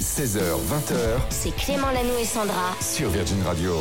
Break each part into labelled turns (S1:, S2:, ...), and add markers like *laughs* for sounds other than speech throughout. S1: 16h, 20h
S2: C'est Clément Lanoux et Sandra
S1: sur Virgin Radio.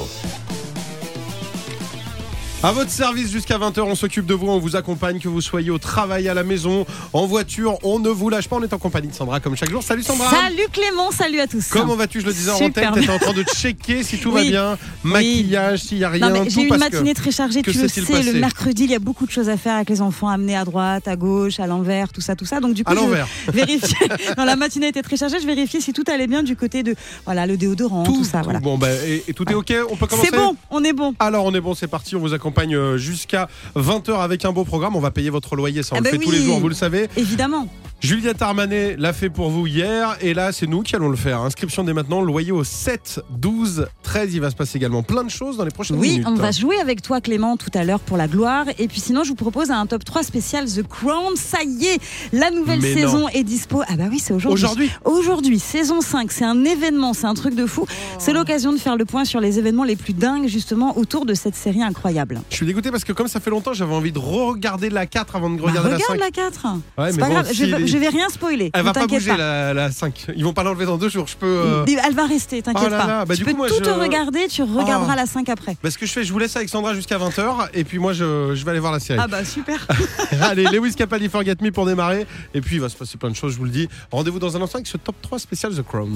S3: À votre service jusqu'à 20h, on s'occupe de vous, on vous accompagne, que vous soyez au travail, à la maison, en voiture, on ne vous lâche pas, on est en compagnie de Sandra comme chaque jour. Salut Sandra
S4: Salut Clément, salut à tous.
S3: Comment vas-tu Je le disais en
S4: Super
S3: antenne, t'étais en train de checker si tout va
S4: Oui.
S3: bien, maquillage, s'il n'y a rien,
S4: Non, mais
S3: tout
S4: j'ai eu une
S3: parce que-
S4: matinée très chargée,
S3: que
S4: tu le sais,
S3: s'est-il passé
S4: le mercredi, il y a beaucoup de choses à faire avec les enfants, amenés à droite, à gauche, à l'envers, tout ça, tout ça. Donc du coup,
S3: À l'envers.
S4: je *laughs* vérifiais, non, la matinée était très chargée, je vérifiais si tout allait bien du côté de, voilà, le déodorant, tout, ça,
S3: tout-
S4: voilà.
S3: Bon, bah, et, et tout est ok, on peut commencer
S4: C'est bon, on est bon.
S3: alors on est bon, c'est parti, on vous accompagne euh, jusqu'à 20h avec un beau programme, on va payer votre loyer, ça on
S4: Ah
S3: le
S4: bah
S3: fait tous les
S4: oui.
S3: jours, vous le savez.
S4: Évidemment.
S3: Juliette Armanet l'a fait pour vous hier et là c'est nous qui allons le faire. Inscription dès maintenant, loyer au 7, 12, 13. Il va se passer également plein de choses dans les prochaines
S4: Oui,
S3: minutes.
S4: on va jouer avec toi Clément tout à l'heure pour la gloire. Et puis sinon, je vous propose un top 3 spécial The Crown. Ça y est, la nouvelle
S3: Mais
S4: saison
S3: non.
S4: est dispo. Ah bah oui, c'est aujourd'hui.
S3: Aujourd'hui,
S4: Aujourd'hui, saison 5, c'est un événement, c'est un truc de fou.
S3: Oh.
S4: C'est l'occasion de faire le point sur les événements les plus dingues justement autour de cette série incroyable.
S3: je suis dégoûté parce que comme ça fait longtemps, j'avais enie de re-regarder la 4 avant de
S4: Bah,
S3: regarder la
S4: regarde
S3: 5.
S4: la 4.
S3: Ouais,
S4: c'est
S3: mais
S4: pas
S3: bon,
S4: grave, je,
S3: si
S4: vais-
S3: les-
S4: je vais rien spoiler.
S3: Elle
S4: ne
S3: va pas
S4: t'inquiète
S3: bouger La, la 5. Ils vont pas l'enlever dans deux jours, je peux... euh,
S4: Mais Elle va rester, t'inquiète
S3: Oh là
S4: pas.
S3: là, bah,
S4: tu
S3: du
S4: peux
S3: coup, moi,
S4: tout
S3: je-
S4: regarder, tu regarderas
S3: Oh.
S4: la 5 après.
S3: bah, ce que je fais, je vous laisse avec Sandra jusqu'à 20h et puis moi je, je vais aller voir la série.
S4: Ah bah super.
S3: *laughs* Allez, Lewis Capaldi, Forget Me pour démarrer et puis il va se passer plein de choses, je vous le dis. Rendez-vous dans un instant avec ce top 3 spécial The Crown.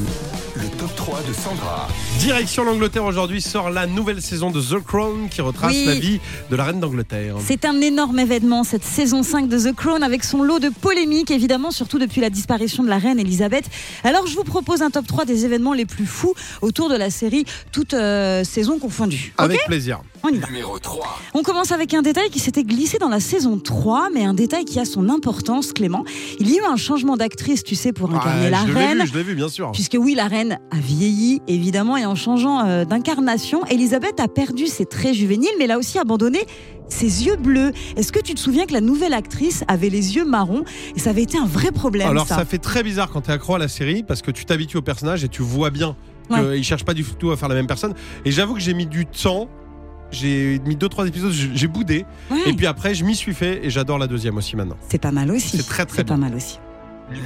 S1: Le top 3 de Sandra.
S3: Direction l'Angleterre aujourd'hui sort la nouvelle saison de The Crown qui retrace
S4: Oui.
S3: la vie de la reine d'Angleterre.
S4: C'est un énorme événement, cette saison 5 de The Crown, avec son lot de polémiques, évidemment, surtout depuis la disparition de la reine Elisabeth. Alors, je vous propose un top 3 des événements les plus fous autour de la série, toutes euh, saisons confondues.
S3: Avec plaisir.
S4: On y va.
S1: Numéro 3.
S4: On commence avec un détail qui s'était glissé dans la saison 3, mais un détail qui a son importance, Clément. Il y a eu un changement d'actrice, tu sais, pour incarner
S3: Ah,
S4: la
S3: je l'ai
S4: reine.
S3: vu, je l'ai vu, bien sûr.
S4: Puisque oui, la reine a vieilli, évidemment, et en changeant euh, d'incarnation, Elisabeth a perdu ses traits juvéniles, mais elle a aussi abandonné ses yeux bleus. Est-ce que tu te souviens que la nouvelle actrice avait les yeux marrons Et ça avait été un vrai problème,
S3: Alors
S4: ça.
S3: ça fait très bizarre quand t'es accro à la série parce que tu t'habitues au personnage et tu vois bien qu'ils
S4: Ouais.
S3: ne cherchent pas du tout à faire la même personne. Et j'avoue que j'ai mis du temps. J'ai mis deux trois épisodes, j'ai j'ai boudé
S4: Ouais,
S3: et puis après je m'y suis fait et j'adore la deuxième aussi maintenant.
S4: C'est pas mal aussi.
S3: C'est très, très
S4: C'est
S3: bon.
S4: pas mal aussi.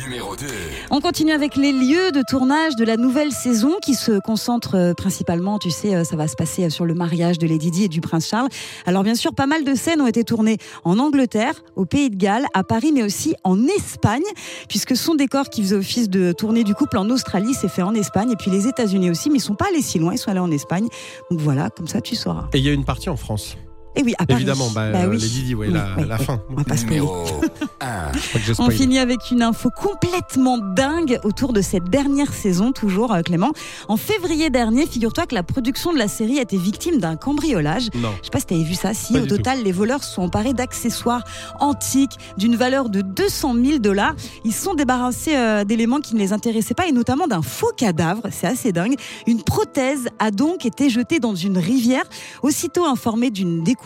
S1: Numéro 2.
S4: On continue avec les lieux de tournage de la nouvelle saison qui se concentre euh, principalement, tu sais, euh, ça va se passer euh, sur le mariage de Lady Di et du prince Charles. Alors bien sûr, pas mal de scènes ont été tournées en Angleterre, au Pays de Galles, à Paris, mais aussi en Espagne, puisque son décor qui faisait office de tournée du couple en Australie s'est fait en Espagne, et puis les États-Unis aussi, mais ils sont pas allés si loin, ils sont allés en Espagne. Donc voilà, comme ça tu sauras.
S3: Et il y a une partie en France.
S4: Et oui, à Paris.
S3: Évidemment, bah,
S4: Bah
S3: euh,
S4: oui.
S3: les Didi, ouais,
S4: Oui,
S3: la,
S4: oui,
S3: la
S4: oui.
S3: fin.
S4: On va pas se spoiler.
S1: Numéro *laughs* 1.
S3: Je crois que j'ai
S4: On
S3: spoilé.
S4: finit avec une info complètement dingue autour de cette dernière saison, toujours euh, Clément. En février dernier, figure-toi que la production de la série a été victime d'un cambriolage.
S3: Non.
S4: Je sais pas si t'avais vu ça, si
S3: Pas
S4: au
S3: du tout.
S4: total les voleurs se sont emparés d'accessoires antiques d'une valeur de 200 000 dollars. Ils se sont débarrassés euh, d'éléments qui ne les intéressaient pas et notamment d'un faux cadavre, c'est assez dingue. Une prothèse a donc été jetée dans une rivière. Aussitôt informés d'une découverte,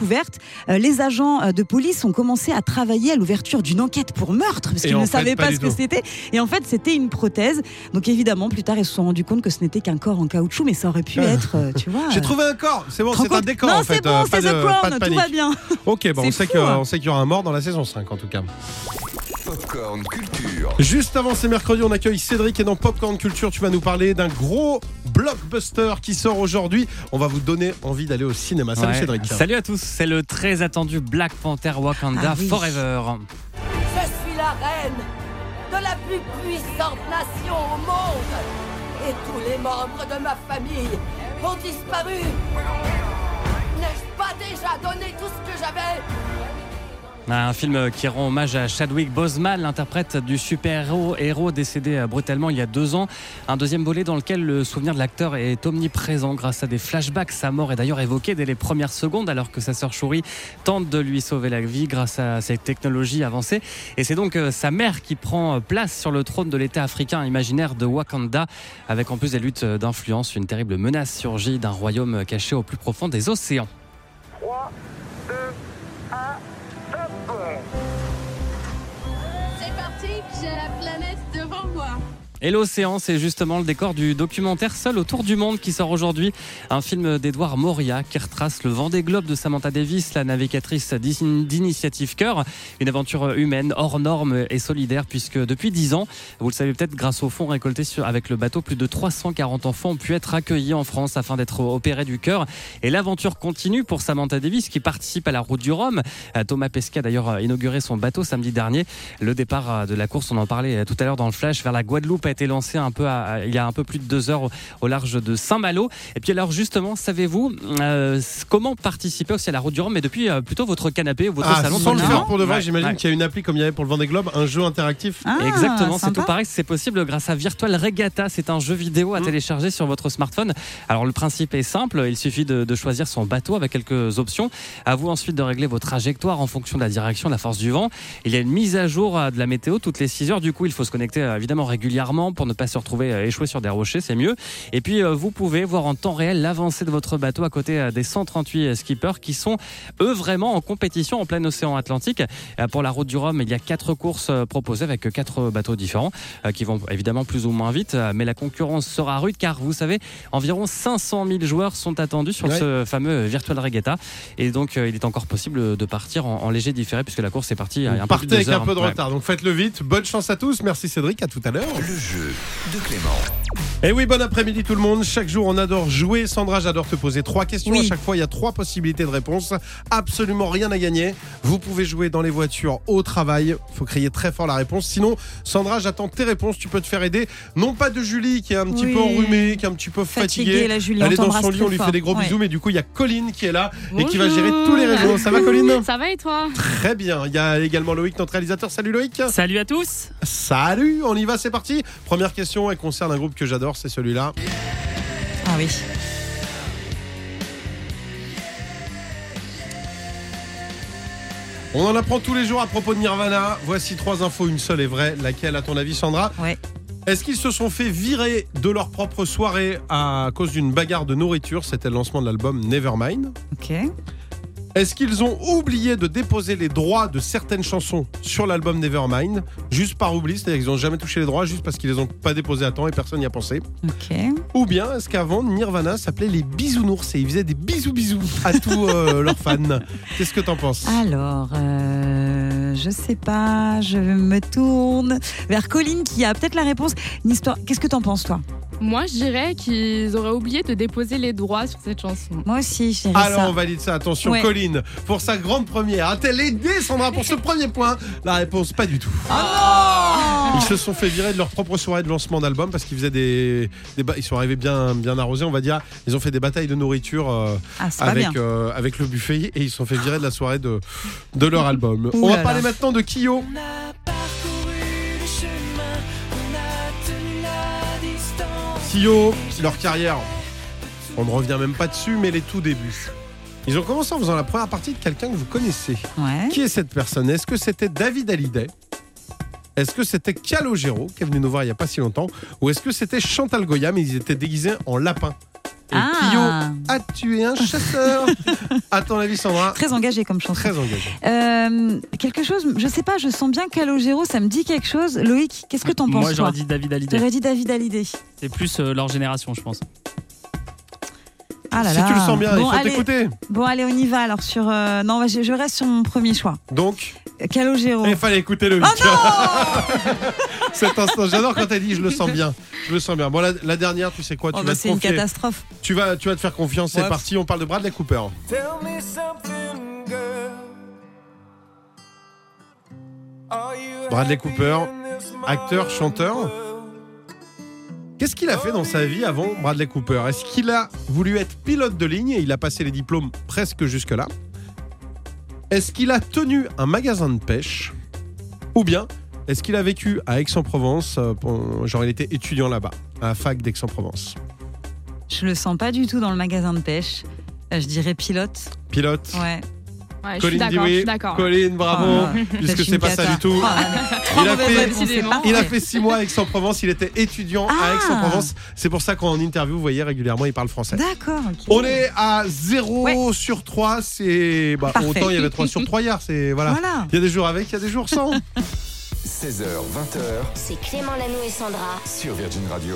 S4: euh, les agents euh, de police ont commencé à travailler à l'ouverture d'une enquête pour meurtre parce
S3: Et
S4: qu'ils
S3: en
S4: ne
S3: fait,
S4: savaient
S3: pas
S4: pas,
S3: du
S4: ce que
S3: tout.
S4: c'était. Et en fait, c'était une prothèse. Donc évidemment, plus tard, ils se sont rendus compte que ce n'était qu'un corps en caoutchouc, mais ça aurait pu être, euh, tu vois.
S3: Ah. *laughs* J'ai
S4: euh,
S3: trouvé un corps. C'est bon,
S4: te rends
S3: Oh, c'est un
S4: compte
S3: décor
S4: non,
S3: en fait.
S4: c'est
S3: euh,
S4: bon,
S3: pas
S4: c'est
S3: de-
S4: The
S3: pas de
S4: Crown, tout
S3: panique.
S4: va bien.
S3: Ok, bon, on
S4: C'est
S3: sait
S4: fou,
S3: que-
S4: hein.
S3: on sait qu'il y aura un mort dans la saison 5 en tout cas.
S1: Popcorn Culture.
S3: Juste avant ces mercredis, on accueille Cédric et dans Popcorn Culture, tu vas nous parler d'un gros blockbuster qui sort aujourd'hui. On va vous donner envie d'aller au cinéma. Bah, Salut
S5: Ouais.
S3: Cédric.
S5: Salut à tous, c'est le très attendu Black Panther Wakanda
S4: Ah oui.
S5: Forever.
S6: Je suis la reine de la plus puissante nation au monde. Et tous les membres de ma famille ont disparu. N'ai-je pas déjà donné tout ce que j'avais
S5: Un film qui rend hommage à Chadwick Boseman, l'interprète du super-héros héros décédé euh, brutalement il y a deux ans. Un deuxième volet dans lequel le souvenir de l'acteur est omniprésent grâce à des flashbacks. Sa mort est d'ailleurs évoquée dès les premières secondes alors que sa sœur Shuri tente de lui sauver la vie grâce à ses technologies avancées. Et c'est donc euh, sa mère qui prend euh, place sur le trône de l'État africain imaginaire de Wakanda, avec en plus des luttes euh, d'influence, une terrible menace surgit d'un royaume caché au plus profond des océans.
S7: C'est parti, j'ai la planète devant moi.
S5: Et l'océan, c'est justement le décor du documentaire Seul autour du monde qui sort aujourd'hui. Un film d'Edouard Moria qui retrace le vent des globes de Samantha Davis, la navigatrice d'I- d'Initiative Cœur. Une aventure humaine, hors norme et solidaire, puisque depuis 10 ans, vous le savez peut-être, grâce aux fonds récoltés sur- avec le bateau, plus de 340 enfants ont pu être accueillis en France afin d'être opérés du cœur. Et l'aventure continue pour Samantha Davis qui participe à la route du Rhum. Euh, Thomas Pesquet a d'ailleurs inauguré son bateau samedi dernier. Le départ euh, de la course, on en parlait euh, tout à l'heure dans le flash, vers la Guadeloupe a été lancé un peu à- à- il y a un peu plus de deux heures au, au large de Saint-Malo. Et puis alors justement, savez-vous euh, c- comment participer aussi à la route du Rhum, mais depuis euh, plutôt votre canapé ou votre
S3: Ah,
S5: salon de
S3: sans le
S5: votre
S3: faire
S5: maison
S3: pour de vrai,
S5: Ouais,
S3: j'imagine
S5: ouais.
S3: qu'il y a une appli comme il y avait pour le Vendée Globe, un jeu interactif.
S4: Ah,
S5: Exactement, c'est
S4: sympa. Mm.
S5: tout pareil, c'est possible grâce à Virtual Regatta, c'est un jeu vidéo à télécharger sur votre smartphone. Alors le principe est simple, il suffit de, de choisir son bateau avec quelques options, à vous ensuite de régler vos trajectoires en fonction de la direction, de la force du vent. Il y a une mise à jour euh, de la météo toutes les 6 heures, du coup il faut se connecter euh, évidemment régulièrement pour ne pas se retrouver euh, échoué sur des rochers, c'est mieux. Et puis euh, vous pouvez voir en temps réel l'avancée de votre bateau à côté euh, des 138 skippers qui sont eux vraiment en compétition en plein océan Atlantique. Euh, Pour la route du Rhum, il y a quatre courses euh, proposées avec euh, quatre bateaux différents euh, qui vont évidemment plus ou moins vite, euh, mais la concurrence sera rude car vous savez, environ 500 000 joueurs sont attendus sur
S3: Ouais.
S5: ce fameux euh, Virtual Regatta et donc euh, il est encore possible de partir en, en léger différé puisque la course est partie euh, à
S3: Vous
S5: un peu
S3: partez
S5: plus de
S3: avec
S5: deux
S3: un
S5: heures,
S3: peu de
S5: ouais.
S3: retard, donc faites-le vite. Bonne chance à tous. Merci Cédric, à tout à l'heure.
S1: Le jeu de Clément.
S3: Et Eh oui, bon après-midi tout le monde. Chaque jour, on adore jouer. Sandra, j'adore te poser trois questions.
S4: Oui.
S3: À chaque fois, il y a trois possibilités de réponse. Absolument rien à gagner. Vous pouvez jouer dans les voitures, au travail. faut crier très fort la réponse. Sinon, Sandra, j'attends tes réponses. Tu peux te faire aider. Non pas de Julie, qui est un petit
S4: Oui.
S3: peu enrhumée, qui est un petit peu fatiguée.
S4: Fatiguée, la Julie, on
S3: Elle est dans
S4: t'embrasse
S3: son lit,
S4: très
S3: on lui fait
S4: fort.
S3: des gros
S4: Ouais.
S3: bisous. Mais du coup, il y a Colline qui est là et qui va
S7: Bonjour.
S3: gérer tous les réseaux. Ça va, Colline
S7: Ça va et toi
S3: Très bien. Il y a également Loïc, notre réalisateur. Salut Loïc.
S7: Salut à tous
S3: Salut, on y va, c'est parti. Première question, elle concerne un groupe que j'adore, c'est celui-là.
S4: Ah oui.
S3: On en apprend tous les jours à propos de Nirvana. Voici trois infos, une seule est vraie. Laquelle, à ton avis, Sandra
S4: Ouais.
S3: Est-ce qu'ils se sont fait virer de leur propre soirée à cause d'une bagarre de nourriture C'était le lancement de l'album Nevermind.
S4: Ok.
S3: Est-ce qu'ils ont oublié de déposer les droits de certaines chansons sur l'album Nevermind Juste par oubli, c'est-à-dire qu'ils n'ont jamais touché les droits juste parce qu'ils les ont pas déposés à temps et personne n'y a pensé.
S4: Ok.
S3: Ou bien est-ce qu'avant Nirvana s'appelait les bisounours et ils faisaient des bisous bisous à tous euh, leurs fans Qu'est-ce que t'en penses
S4: Alors, euh, je sais pas, je me tourne vers Colline qui a peut-être la réponse. Une histoire. Qu'est-ce que t'en penses toi
S7: Moi, je dirais qu'ils auraient oublié de déposer les droits sur cette chanson.
S4: Moi aussi, je dirais
S3: Ah, Alors
S4: ça.
S3: on valide ça, attention
S4: Ouais.
S3: Colline, pour sa grande première, a-t-elle aidé Sandra pour ce premier point La réponse pas du tout.
S4: Ah
S3: ils se sont fait virer de leur propre soirée de lancement d'album parce qu'ils faisaient des, des ba- ils sont arrivés bien bien arrosés, on va dire, ils ont fait des batailles de nourriture euh,
S4: Ah, c'est pas bien.
S3: avec euh, avec le buffet et ils se sont fait virer de la soirée de de leur album.
S4: Ouh
S3: on va
S4: là
S3: parler
S4: là.
S3: maintenant de Kyo.
S8: On a parcouru le chemin, on a tenu la distance.
S3: Sio, leur carrière, on ne revient même pas dessus, mais les tout débuts. Ils ont commencé en faisant la première partie de quelqu'un que vous connaissez.
S4: Ouais.
S3: Qui est cette personne Est-ce que c'était David Hallyday Est-ce que c'était Calogero, qui est venu nous voir il n'y a pas si longtemps Ou est-ce que c'était Chantal Goya, mais ils étaient déguisés en lapin Et
S4: Ah.
S3: euh, Kyo a tué un
S4: *laughs*
S3: chasseur À ton avis, Sandra
S4: Très engagé comme chanson.
S3: Très engagé.
S4: Euh, quelque chose, je sais pas, je sens bien Calogero, ça me dit quelque chose. Loïc, qu'est-ce que t'en penses
S9: Moi,
S4: toi
S9: j'aurais dit David Hallyday.
S4: T'aurais dit David Hallyday.
S9: C'est plus euh, leur génération, je pense.
S4: Ah là
S3: si
S4: là.
S3: tu le sens bien,
S4: bon,
S3: il faut
S4: allez,
S3: t'écouter.
S4: bon, allez, on y va alors sur. euh, non, je, je reste sur mon premier choix.
S3: Donc,
S4: Calogero.
S3: il fallait écouter le
S4: Oh
S3: week
S4: non
S3: *laughs* Cet instant, j'adore quand t'as dit je le sens bien. Je le sens bien. Bon, la, la dernière, tu sais quoi Tu
S4: Oh,
S3: vas
S4: bah,
S3: te
S4: C'est une
S3: confier.
S4: catastrophe.
S3: Tu vas, tu vas te faire confiance, c'est
S4: Ouais.
S3: parti, on parle de Bradley Cooper.
S8: Tell me something, girl. Are you
S3: Bradley
S8: happy
S3: Cooper,
S8: in this
S3: acteur,
S8: modern
S3: chanteur.
S8: world?
S3: Qu'est-ce qu'il a fait dans sa vie avant Bradley Cooper Est-ce qu'il a voulu être pilote de ligne et il a passé les diplômes presque jusque-là Est-ce qu'il a tenu un magasin de pêche Ou bien est-ce qu'il a vécu à Aix-en-Provence euh, pour- Genre il était étudiant là-bas, à la fac d'Aix-en-Provence.
S4: Je le sens pas du tout dans le magasin de pêche. Euh, Je dirais pilote.
S3: Pilote
S4: Ouais.
S7: Ouais, je suis
S3: Colin dit
S7: d'accord, je
S3: oui.
S7: suis d'accord.
S3: Colin, bravo.
S4: Ah,
S3: puisque
S4: Flash
S3: c'est pas ça
S4: Incata.
S3: du *laughs* tout.
S4: Ah,
S3: Il a
S4: mauvaise
S3: fait-
S4: réponse, c'est
S7: Décidément.
S4: parfait.
S3: Il a fait six mois à Aix-en-Provence, il était étudiant à
S4: Ah.
S3: Aix-en-Provence. C'est pour ça qu'en interview, vous voyez régulièrement, il parle français.
S4: D'accord. ok.
S3: On est à 0 sur 3, c'est. bah,
S4: Parfait.
S3: autant il y avait 3 sur 3 hier, c'est. Voilà.
S4: Voilà. *laughs*
S3: Il y a des jours avec, il y a des jours sans.
S1: 16h, 20h
S2: C'est Clément Lanou et Sandra
S1: sur Virgin Radio.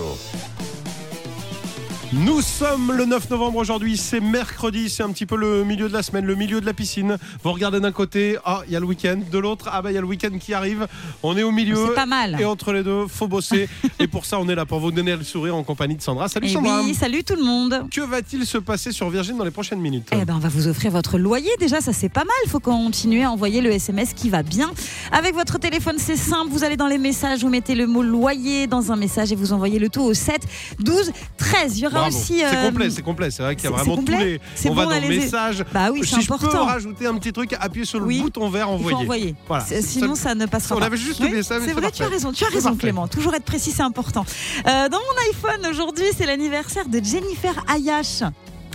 S3: Nous sommes le 9 novembre aujourd'hui, c'est mercredi, c'est un petit peu le milieu de la semaine, le milieu de la piscine. Vous regardez d'un côté, ah, il y a le week-end, de l'autre, ah bah il y a le week-end qui arrive. On est au milieu.
S4: C'est pas mal.
S3: Et entre les deux, faut
S4: *laughs*
S3: bosser. et pour ça, on est là pour vous donner le sourire en compagnie de Sandra. Salut
S4: Et
S3: Sandra.
S4: Eh oui, salut tout le monde.
S3: Que va-t-il se passer sur Virgin dans les prochaines minutes
S4: Eh ben, on va vous offrir votre loyer. Déjà, ça c'est pas mal. Faut continuer à envoyer le SMS qui va bien. Avec votre téléphone, c'est simple. Vous allez dans les messages, vous mettez le mot loyer dans un message et vous envoyez le tout au 7 12 13. Il y aura
S3: Bravo.
S4: aussi.
S3: C'est
S4: euh,
S3: complet, c'est complet. C'est vrai qu'il y a
S4: c'est-
S3: vraiment
S4: c'est
S3: tous
S4: complet
S3: les.
S4: C'est
S3: on
S4: bon,
S3: va dans
S4: on
S3: le
S4: les a-
S3: message.
S4: Bah oui, c'est
S3: si je peux
S4: important.
S3: rajouter un petit truc, appuyez sur le
S4: Oui.
S3: bouton vert,
S4: Il faut
S3: envoyer.
S4: envoyer.
S3: Voilà.
S4: C'est- Sinon, ça ne passera
S3: On
S4: pas.
S3: avait juste
S4: Oui,
S3: oublié ça, mais
S4: c'est
S3: c'est
S4: vrai, tu as
S3: parfait.
S4: raison, tu as
S3: C'est
S4: raison
S3: parfait.
S4: Clément. Toujours être précis, c'est important. Euh, dans mon iPhone aujourd'hui, c'est l'anniversaire de Jennifer Ayash.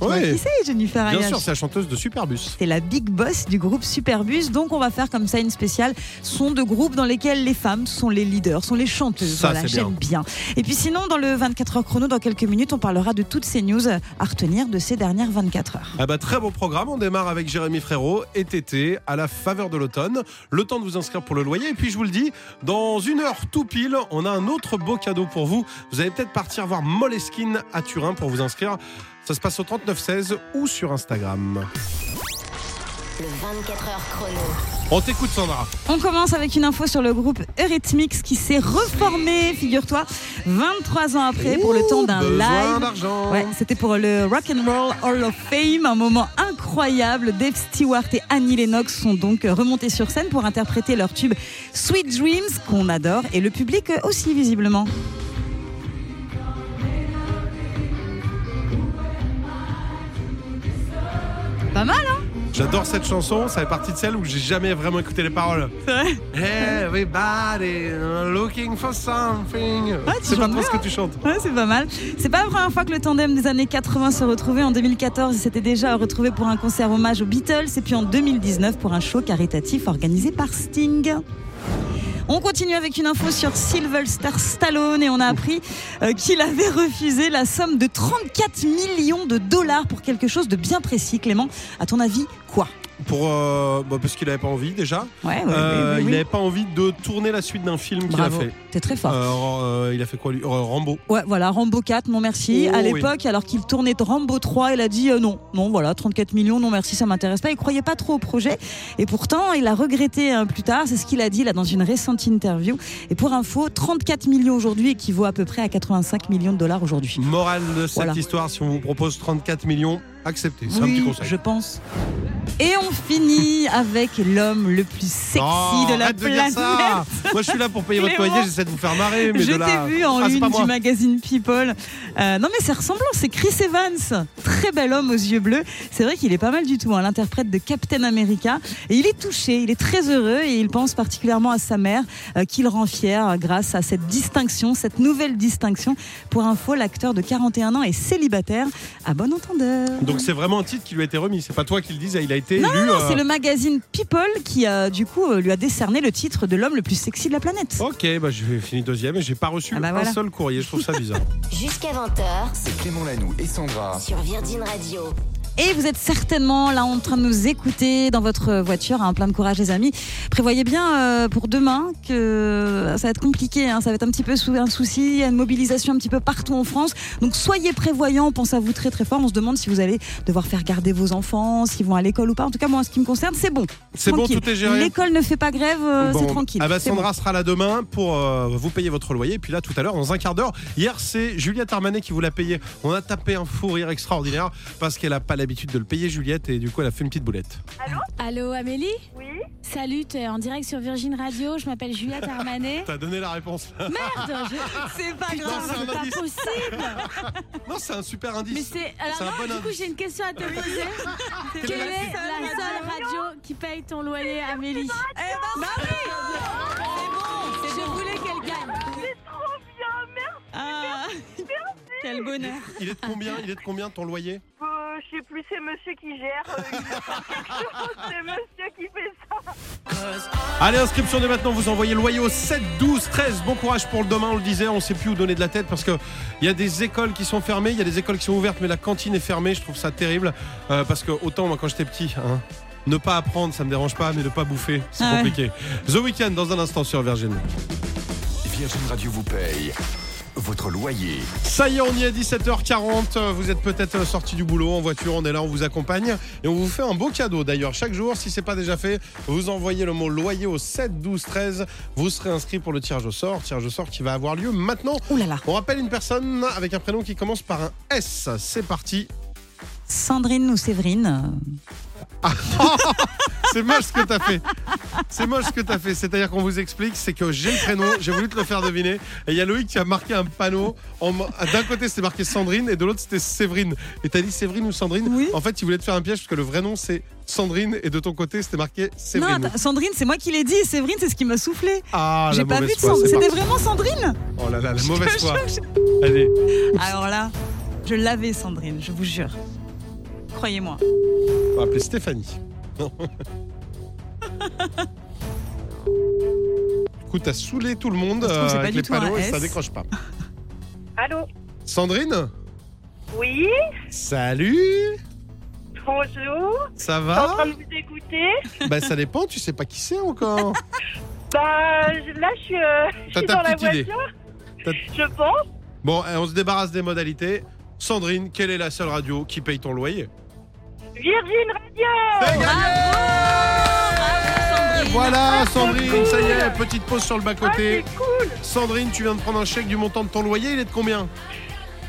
S4: Tu vois
S3: Ouais.
S4: Qui c'est Jennifer
S3: Bien
S4: Ayash
S3: sûr, c'est la chanteuse de Superbus.
S4: C'est la big boss du groupe Superbus. Donc, on va faire comme ça une spéciale son de groupe dans lesquels les femmes sont les leaders, sont les chanteuses.
S3: Ça,
S4: voilà,
S3: c'est bien.
S4: j'aime bien. Et puis, sinon, dans le 24 heures chrono, dans quelques minutes, on parlera de toutes ces news à retenir de ces dernières 24 heures.
S3: Ah bah, très beau programme. On démarre avec Jérémy Frérot et Tété à la faveur de l'automne. Le temps de vous inscrire pour le loyer. Et puis, je vous le dis, dans une heure tout pile, on a un autre beau cadeau pour vous. Vous allez peut-être partir voir Moleskine à Turin pour vous inscrire. Ça se passe au 3916 ou sur Instagram.
S2: le 24h chrono.
S3: On t'écoute, Sandra.
S4: On commence avec une info sur le groupe Eurythmics qui s'est reformé, figure-toi, 23 ans après pour le temps d'un
S3: Besoin
S4: live.
S3: d'argent.
S4: Ouais, c'était pour le Rock and Roll Hall of Fame, un moment incroyable. Dave Stewart et Annie Lennox sont donc remontés sur scène pour interpréter leur tube Sweet Dreams qu'on adore et le public euh, aussi visiblement. Pas mal hein
S3: J'adore cette chanson, ça fait partie de celle où j'ai jamais vraiment écouté les paroles. Everybody looking for something. c'est pas
S4: chantes
S3: trop ce
S4: bien,
S3: que tu chantes.
S4: Ouais, c'est pas mal. C'est pas la première fois que le tandem des années 80 se retrouvait. En 2014, ils s'étaient déjà retrouvés pour un concert hommage aux Beatles et puis en 2019 pour un show caritatif organisé par Sting. On continue avec une info sur Sylvester Stallone et on a appris euh, qu'il avait refusé la somme de 34 millions de dollars pour quelque chose de bien précis. Clément, à ton avis, quoi
S3: Pour, euh, bah, parce qu'il avait pas envie déjà.
S4: Ouais, ouais,
S3: Euh,
S4: oui, oui,
S3: Il
S4: oui.
S3: avait pas envie de tourner la suite d'un film qu'il a
S4: Bravo,
S3: fait.
S4: t'es très fort.
S3: Euh, euh, il a fait quoi lui Euh, Rambo.
S4: Ouais, voilà, Rambo 4, non merci.
S3: Oh,
S4: à
S3: oui.
S4: l'époque, alors qu'il tournait Rambo 3, il a dit euh, non, non, voilà, 34 millions, non merci, ça m'intéresse pas. Il croyait pas trop au projet. Et pourtant, il a regretté hein, plus tard. C'est ce qu'il a dit là dans une récente interview. Et pour info, 34 millions aujourd'hui équivaut à peu près à 85 millions de dollars aujourd'hui.
S3: Morale de cette
S4: Voilà.
S3: histoire, si on vous propose 34 millions, acceptez. C'est un
S4: Oui,
S3: petit conseil.
S4: je pense. Et on finit avec l'homme le plus sexy
S3: Oh,
S4: de la
S3: arrête dire
S4: planète.
S3: ça. Moi, je suis là pour payer votre
S4: Clément.
S3: loyer, j'essaie de vous faire marrer. Mais
S4: Je
S3: de là...
S4: t'ai vu en
S3: Ah, c'est
S4: une
S3: pas
S4: du
S3: moi.
S4: magazine People. Euh, non, mais c'est ressemblant, c'est Chris Evans. Très bel homme aux yeux bleus. C'est vrai qu'il est pas mal du tout, hein, l'interprète de Captain America. Et il est touché, il est très heureux et il pense particulièrement à sa mère, euh, qui le rend fier euh, grâce à cette distinction, cette nouvelle distinction. Pour info, l'acteur de 41 ans est célibataire, à bon entendeur.
S3: Donc, c'est vraiment un titre qui lui a été remis. C'est pas toi qui le disais, il a été
S4: non,
S3: élu.
S4: non,
S3: euh,
S4: c'est le magazine People qui, euh, du coup, euh, lui a décerné le titre de l'homme le plus sexy de la planète.
S3: Ok, bah j'ai fini deuxième et j'ai pas reçu
S4: Ah bah
S3: un
S4: voilà.
S3: seul courrier. Je trouve ça bizarre.
S4: *laughs*
S2: Jusqu'à 20h
S1: C'est Clément Lanoux et Sandra.
S2: sur Virgin Radio.
S4: Et vous êtes certainement là en train de nous écouter dans votre voiture. hein. plein de courage, les amis. Prévoyez bien euh, pour demain que ça va être compliqué. hein. ça va être un petit peu sous un souci. Il y a une mobilisation un petit peu partout en France. Donc soyez prévoyants. On pense à vous très très fort. On se demande si vous allez devoir faire garder vos enfants, s'ils vont à l'école ou pas. En tout cas, moi, en ce qui me concerne, c'est bon.
S3: C'est bon,
S4: Tranquille.
S3: tout est géré.
S4: L'école ne fait pas grève. euh, c'est
S3: Bon,
S4: tranquille.
S3: ah bah,
S4: C'est
S3: Sandra sera là demain pour euh, vous payer votre loyer. Et puis là, tout à l'heure, dans un quart d'heure, hier, c'est Juliette Armanet qui vous l'a payé. On a tapé un fou rire extraordinaire parce qu'elle n'a pas l'habitude de le payer, Juliette, et du coup, elle a fait une petite boulette.
S10: Allô Amélie Oui. Salut, t'es en direct sur Virgin Radio, je m'appelle Juliette
S3: *laughs*
S10: Armanet.
S3: T'as donné la réponse.
S10: Merde
S4: bon.
S10: je-
S4: C'est pas
S10: Putain,
S4: Ah, grave.
S3: Ah, c'est un
S10: c'est pas
S3: indice.
S10: possible
S3: non, c'est un super
S10: Mais
S3: indice.
S10: c'est.
S3: C'est un
S10: Alors,
S3: bon
S10: non, du coup,
S3: indice.
S10: j'ai une question à te
S3: *laughs*
S10: poser. Quelle est la seule radio qui paye ton loyer, Amélie
S4: Eh ben,
S10: Je voulais qu'elle gagne.
S4: ah, Quel bonheur.
S3: Il est de combien Il est de combien ton loyer
S11: Euh, je sais plus, c'est monsieur qui gère. euh, il doit faire quelque chose, c'est monsieur qui fait ça.
S3: Allez, inscription dès maintenant, vous envoyez loyer au 7, 12, 13. Bon courage pour le demain, on le disait, on sait plus où donner de la tête parce que il y a des écoles qui sont fermées, il y a des écoles qui sont ouvertes, mais la cantine est fermée, je trouve ça terrible. Euh, parce que autant moi quand j'étais petit, hein, Ne pas apprendre, ça me dérange pas, mais ne pas bouffer, c'est
S1: Ah ouais.
S3: compliqué. The Weeknd dans un instant sur Virgin.
S1: Virgin Radio vous paye votre loyer.
S3: Ça y est, on y est 17h40. Vous êtes peut-être sorti du boulot en voiture, on est là, on vous accompagne et on vous fait un beau cadeau. D'ailleurs, chaque jour, si c'est pas déjà fait, vous envoyez le mot loyer au 7 12 13. Vous serez inscrit pour le tirage au sort, tirage au sort qui va avoir lieu maintenant. On rappelle une personne avec un prénom qui commence par un S. C'est parti.
S4: Sandrine ou Séverine
S3: C'est moche ce que t'as fait. C'est moche ce que t'as fait. C'est-à-dire qu'on vous explique, c'est que j'ai le prénom, j'ai voulu te le faire deviner. Et il y a Loïc qui a marqué un panneau. en mo- D'un côté, c'était marqué Sandrine et de l'autre, c'était Séverine. Et t'as dit Séverine ou Sandrine En fait, il voulait te faire un piège parce que le vrai nom, c'est Sandrine et de ton côté, c'était marqué Séverine.
S4: Non, attends, Sandrine, c'est moi qui l'ai dit. et Séverine, c'est ce qui m'a soufflé.
S3: Ah, la
S4: J'ai pas vu
S3: mauvaise
S4: de
S3: foi,
S4: Sandrine.
S3: c'est
S4: C'était
S3: parti.
S4: vraiment Sandrine
S3: Oh là là, la
S4: Je
S3: mauvaise
S4: te
S3: foi.
S4: jure,
S3: Allez.
S4: je- Alors là, je l'avais, Sandrine, je vous jure. Croyez-moi.
S3: On va appeler Stéphanie. Non. du coup, t'as saoulé tout le monde
S11: Ça se trouve, c'est
S3: euh,
S11: pas
S3: avec
S11: du
S3: les
S11: tout un
S3: panneaux et
S11: S.
S3: ça décroche pas.
S11: Allô
S3: Sandrine
S11: Oui
S3: Salut
S11: Bonjour
S3: Ça
S11: Je suis en
S3: va
S11: train de vous écouter.
S3: Bah ça dépend, tu sais pas qui c'est *laughs* encore.
S11: Bah, je- là, je suis, euh, je
S3: T'as
S11: suis
S3: ta
S11: dans la
S3: petite idée.
S11: voiture,
S3: T'as-
S11: je pense.
S3: Bon, eh, on se débarrasse des modalités. Sandrine, quelle est la seule radio qui paye ton loyer
S11: Virgin Radio
S3: Voilà Sandrine, ça y
S11: cool.
S3: est, petite pause sur le
S11: Ah,
S3: bas-côté. Sandrine, tu viens de prendre un chèque du montant de ton loyer, il est de combien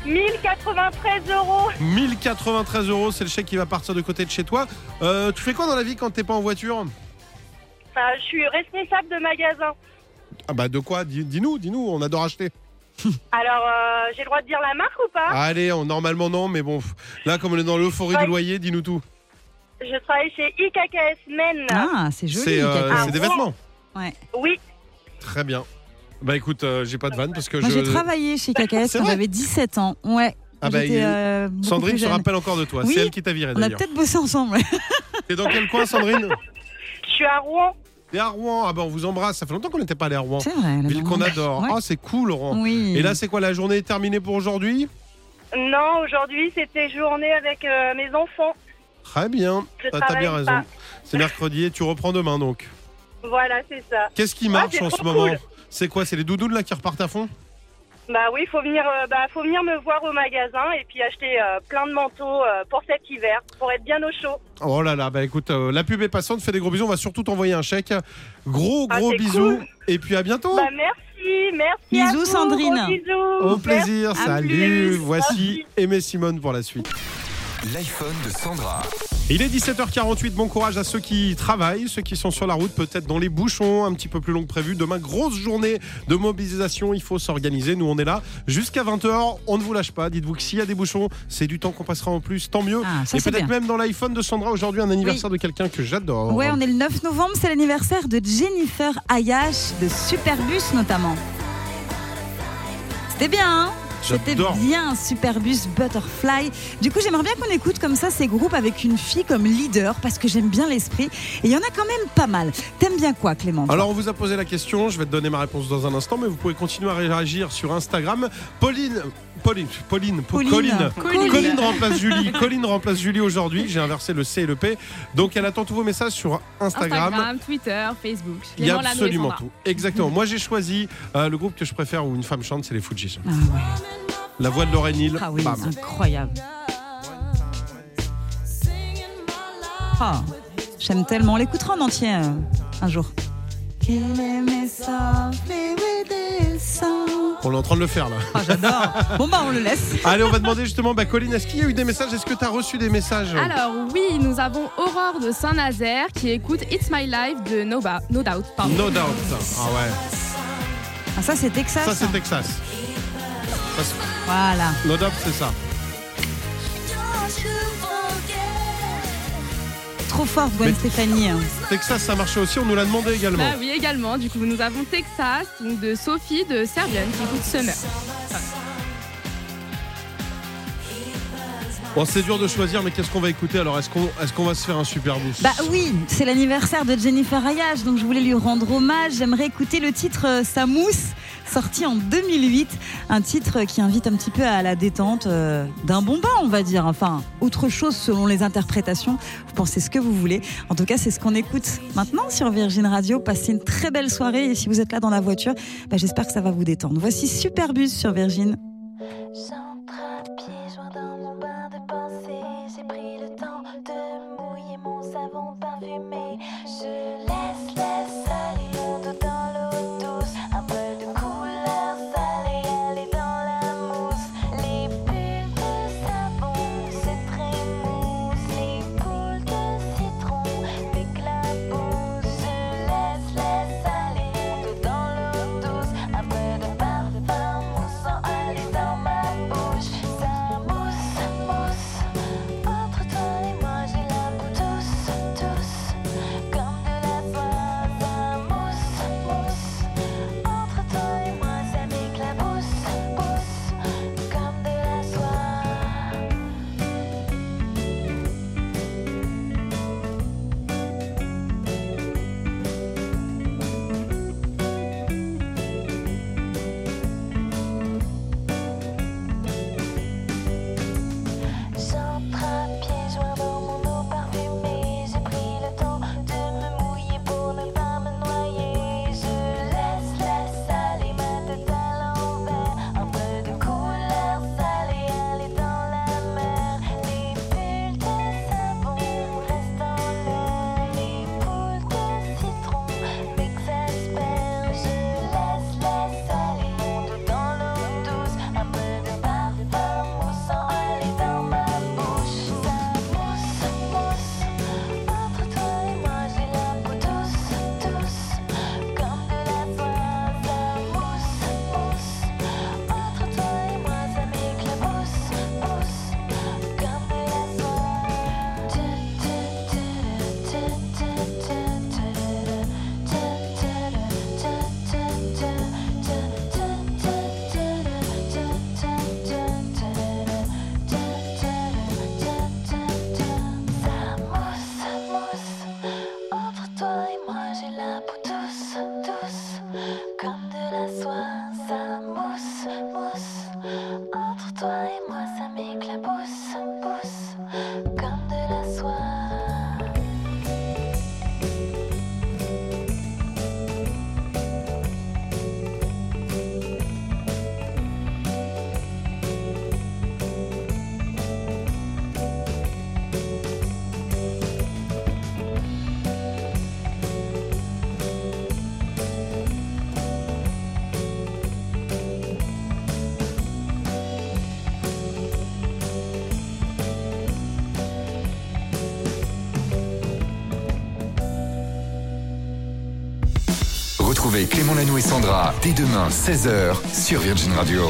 S11: 1093 euros
S3: 1093 euros, c'est le chèque qui va partir de côté de chez toi. Euh, tu fais quoi dans la vie quand t'es pas en voiture
S11: Bah, Je suis responsable de magasin.
S3: Ah bah de quoi Dis- Dis-nous, dis-nous, on adore acheter.
S11: Alors, euh, j'ai le droit de dire la marque ou pas
S3: Allez, on- normalement non, mais bon, pff, là comme on est dans l'euphorie
S11: Ouais.
S3: du loyer, dis-nous tout.
S11: Je travaille chez IKKS Men.
S4: Ah.
S3: C'est euh, c'est des vêtements.
S11: Oui,
S3: Très bien. Bah écoute, euh, j'ai pas de vanne parce que
S4: Moi,
S3: je...
S4: j'ai travaillé chez KKS
S3: C'est
S4: quand
S3: vrai
S4: j'avais 17 ans. Ouais.
S3: Ah bah,
S4: J'étais,
S3: il-
S4: euh, beaucoup
S3: Sandrine
S4: plus
S3: se
S4: jeune.
S3: rappelle encore de toi.
S4: Oui,
S3: c'est elle qui t'a viré
S4: On a
S3: d'ailleurs.
S4: peut-être bossé ensemble.
S3: T'es dans quel coin, Sandrine
S11: je suis à Rouen.
S3: T'es à Rouen. Ah ben on vous embrasse. Ça fait longtemps qu'on n'était pas allé à Rouen.
S4: C'est vrai, la
S3: Ville qu'on
S4: dernière.
S3: adore.
S4: Ouais.
S3: Ah, c'est cool, Rouen.
S4: Oui.
S3: Et là, c'est quoi La journée est terminée pour aujourd'hui
S11: Non, aujourd'hui, c'était journée avec euh, mes enfants.
S3: Très bien. Ah,
S11: Je
S3: T'as
S11: travaille
S3: bien
S11: pas.
S3: raison. C'est mercredi et tu reprends demain donc.
S11: Voilà, c'est ça.
S3: Qu'est-ce qui
S11: Ah,
S3: marche
S11: c'est
S3: en
S11: trop
S3: ce moment
S11: cool.
S3: C'est quoi C'est les doudous là qui repartent à fond
S11: Bah oui, faut venir, euh, bah, faut venir me voir au magasin et puis acheter euh, plein de manteaux euh, pour cet hiver, pour être bien au chaud.
S3: Oh là là, bah écoute, euh, la pub est passante, fais des gros bisous, on va surtout t'envoyer un chèque. Gros
S11: Ah,
S3: gros
S11: c'est
S3: bisous
S11: cool.
S3: et puis à bientôt.
S11: Bah merci, merci. à
S4: Bisous,
S11: vous,
S4: Sandrine.
S11: gros bisous.
S3: Au plaisir,
S11: Merci.
S3: salut.
S11: À
S3: Voici Aimé Simone pour la suite.
S1: L'iPhone de Sandra.
S3: Il est 17h48, bon courage à ceux qui travaillent, ceux qui sont sur la route, peut-être dans les bouchons, un petit peu plus long que prévu. Demain, grosse journée de mobilisation, il faut s'organiser. Nous, on est là jusqu'à 20h, on ne vous lâche pas. Dites-vous que s'il y a des bouchons, c'est du temps qu'on passera en plus, tant mieux.
S4: Ah, ça,
S3: Et
S4: c'est
S3: peut-être
S4: bien.
S3: même dans l'iPhone de Sandra, aujourd'hui, un anniversaire de quelqu'un que j'adore.
S4: Ouais, on est le 9 novembre, c'est l'anniversaire de Jennifer Ayash, de Superbus notamment. C'était bien, hein C'était
S3: J'adore.
S4: bien, Superbus, Butterfly. Du coup, j'aimerais bien qu'on écoute comme ça ces groupes avec une fille comme leader, parce que j'aime bien l'esprit. Et il y en a quand même pas mal. T'aimes bien quoi, Clément toi
S3: Alors on vous a posé la question, je vais te donner ma réponse dans un instant, mais vous pouvez continuer à réagir sur Instagram. Pauline, Pauline, Pauline,
S4: Pauline.
S3: Colline,
S4: Colline.
S3: Colline remplace Julie, Colline remplace Julie aujourd'hui. J'ai inversé le C et le P, donc elle attend tous vos messages sur Instagram.
S7: Twitter, Facebook.
S3: Il y a
S7: Clément Lano et
S3: absolument
S7: Sandra.
S3: tout. Exactement. Moi j'ai choisi euh, le groupe que je préfère où une femme chante, c'est les Fujis. La voix de Lorraine Hill.
S4: Ah oui,
S3: bam.
S4: incroyable. Ah, j'aime tellement. On l'écoutera en entier euh, un jour.
S3: On est en train de le faire là.
S4: Ah, j'adore. bon bah on le laisse.
S3: Allez, on va demander justement, bah, Colline, est-ce qu'il y a eu des messages Est-ce que tu as reçu des messages
S7: Alors oui, nous avons Aurore de Saint-Nazaire qui écoute It's My Life de No, Ba- no Doubt. pardon.
S3: No doubt. Ah ouais.
S4: Ah, ça c'est Texas.
S3: Ça c'est Texas. Ça, c'est-
S4: Voilà.
S3: No doubt, c'est ça.
S4: Trop fort Gwen
S3: Mais-
S4: Stéphanie. hein.
S3: Texas, ça marchait aussi, on nous l'a demandé également.
S7: Ah oui, également. Du coup, nous avons Texas donc de Sophie de Servienne qui écoute Summer.
S3: Bon, c'est dur de choisir, mais qu'est-ce qu'on va écouter Alors, est-ce qu'on est qu'on va se faire un super boost
S4: Bah oui, c'est l'anniversaire de Jennifer Ayash, donc je voulais lui rendre hommage. J'aimerais écouter le titre euh, Sa mousse sorti en 2008. Un titre qui invite un petit peu à la détente euh, d'un bon bain, on va dire. Enfin, autre chose selon les interprétations. Vous pensez ce que vous voulez. En tout cas, c'est ce qu'on écoute maintenant sur Virgin Radio. Passez une très belle soirée et si vous êtes là dans la voiture, bah, j'espère que ça va vous détendre. Voici Superbus sur Virgin.
S8: J'ai pris le temps de mouiller mon savon parfumé. Je laisse, laisse aller mon dos dans l'eau douce. Un peu de couleur salée, elle est dans la mousse. Les bulles de savon se trémoussent. Les boules de citron m'éclaboussent. Je laisse, laisse aller mon dos dans l'eau douce. Un peu de parfum moussant, elle est dans ma bouche. Ça mousse, mousse. Entre toi et moi, j'ai la peau douce, douce, comme de la pomme à mousse, mousse. Entre toi et moi, ça m'éclabousse, pousse, comme de la J'entrape pieds joints dans mon eau parfumée. J'ai pris le temps de me mouiller pour ne pas me noyer. Je laisse, laisse aller ma tête à l'envers. Un peu de couleur salée, elle est dans la mer. Les bulles de savon restent en l'air. Les boules de citron m'exaspèrent. Je laisse, laisse aller mon dos dans l'eau douce. Un peu de parfum moussant, elle est dans ma bouche. Ça mousse, mousse. Entre toi et moi, j'ai la peau douce, douce, comme de la pomme. Ça mousse, mousse. Entre toi et moi, ça m'éclabousse, pousse, comme de la soie. Tu, tu, tu, tu, tu, tu, tu, tu, tu, tu, tu, tu, tu, tu, tu, tu, tu, tu, tu. Ça mousse, mousse, entre toi et moi j'ai la peau douce, douce, comme de la soie. Ça mousse, mousse, entre toi et moi ça m'éclabousse, pousse, comme de la soie.
S1: Retrouvez Clément Lanoux et Sandra dès demain 16h sur Virgin Radio.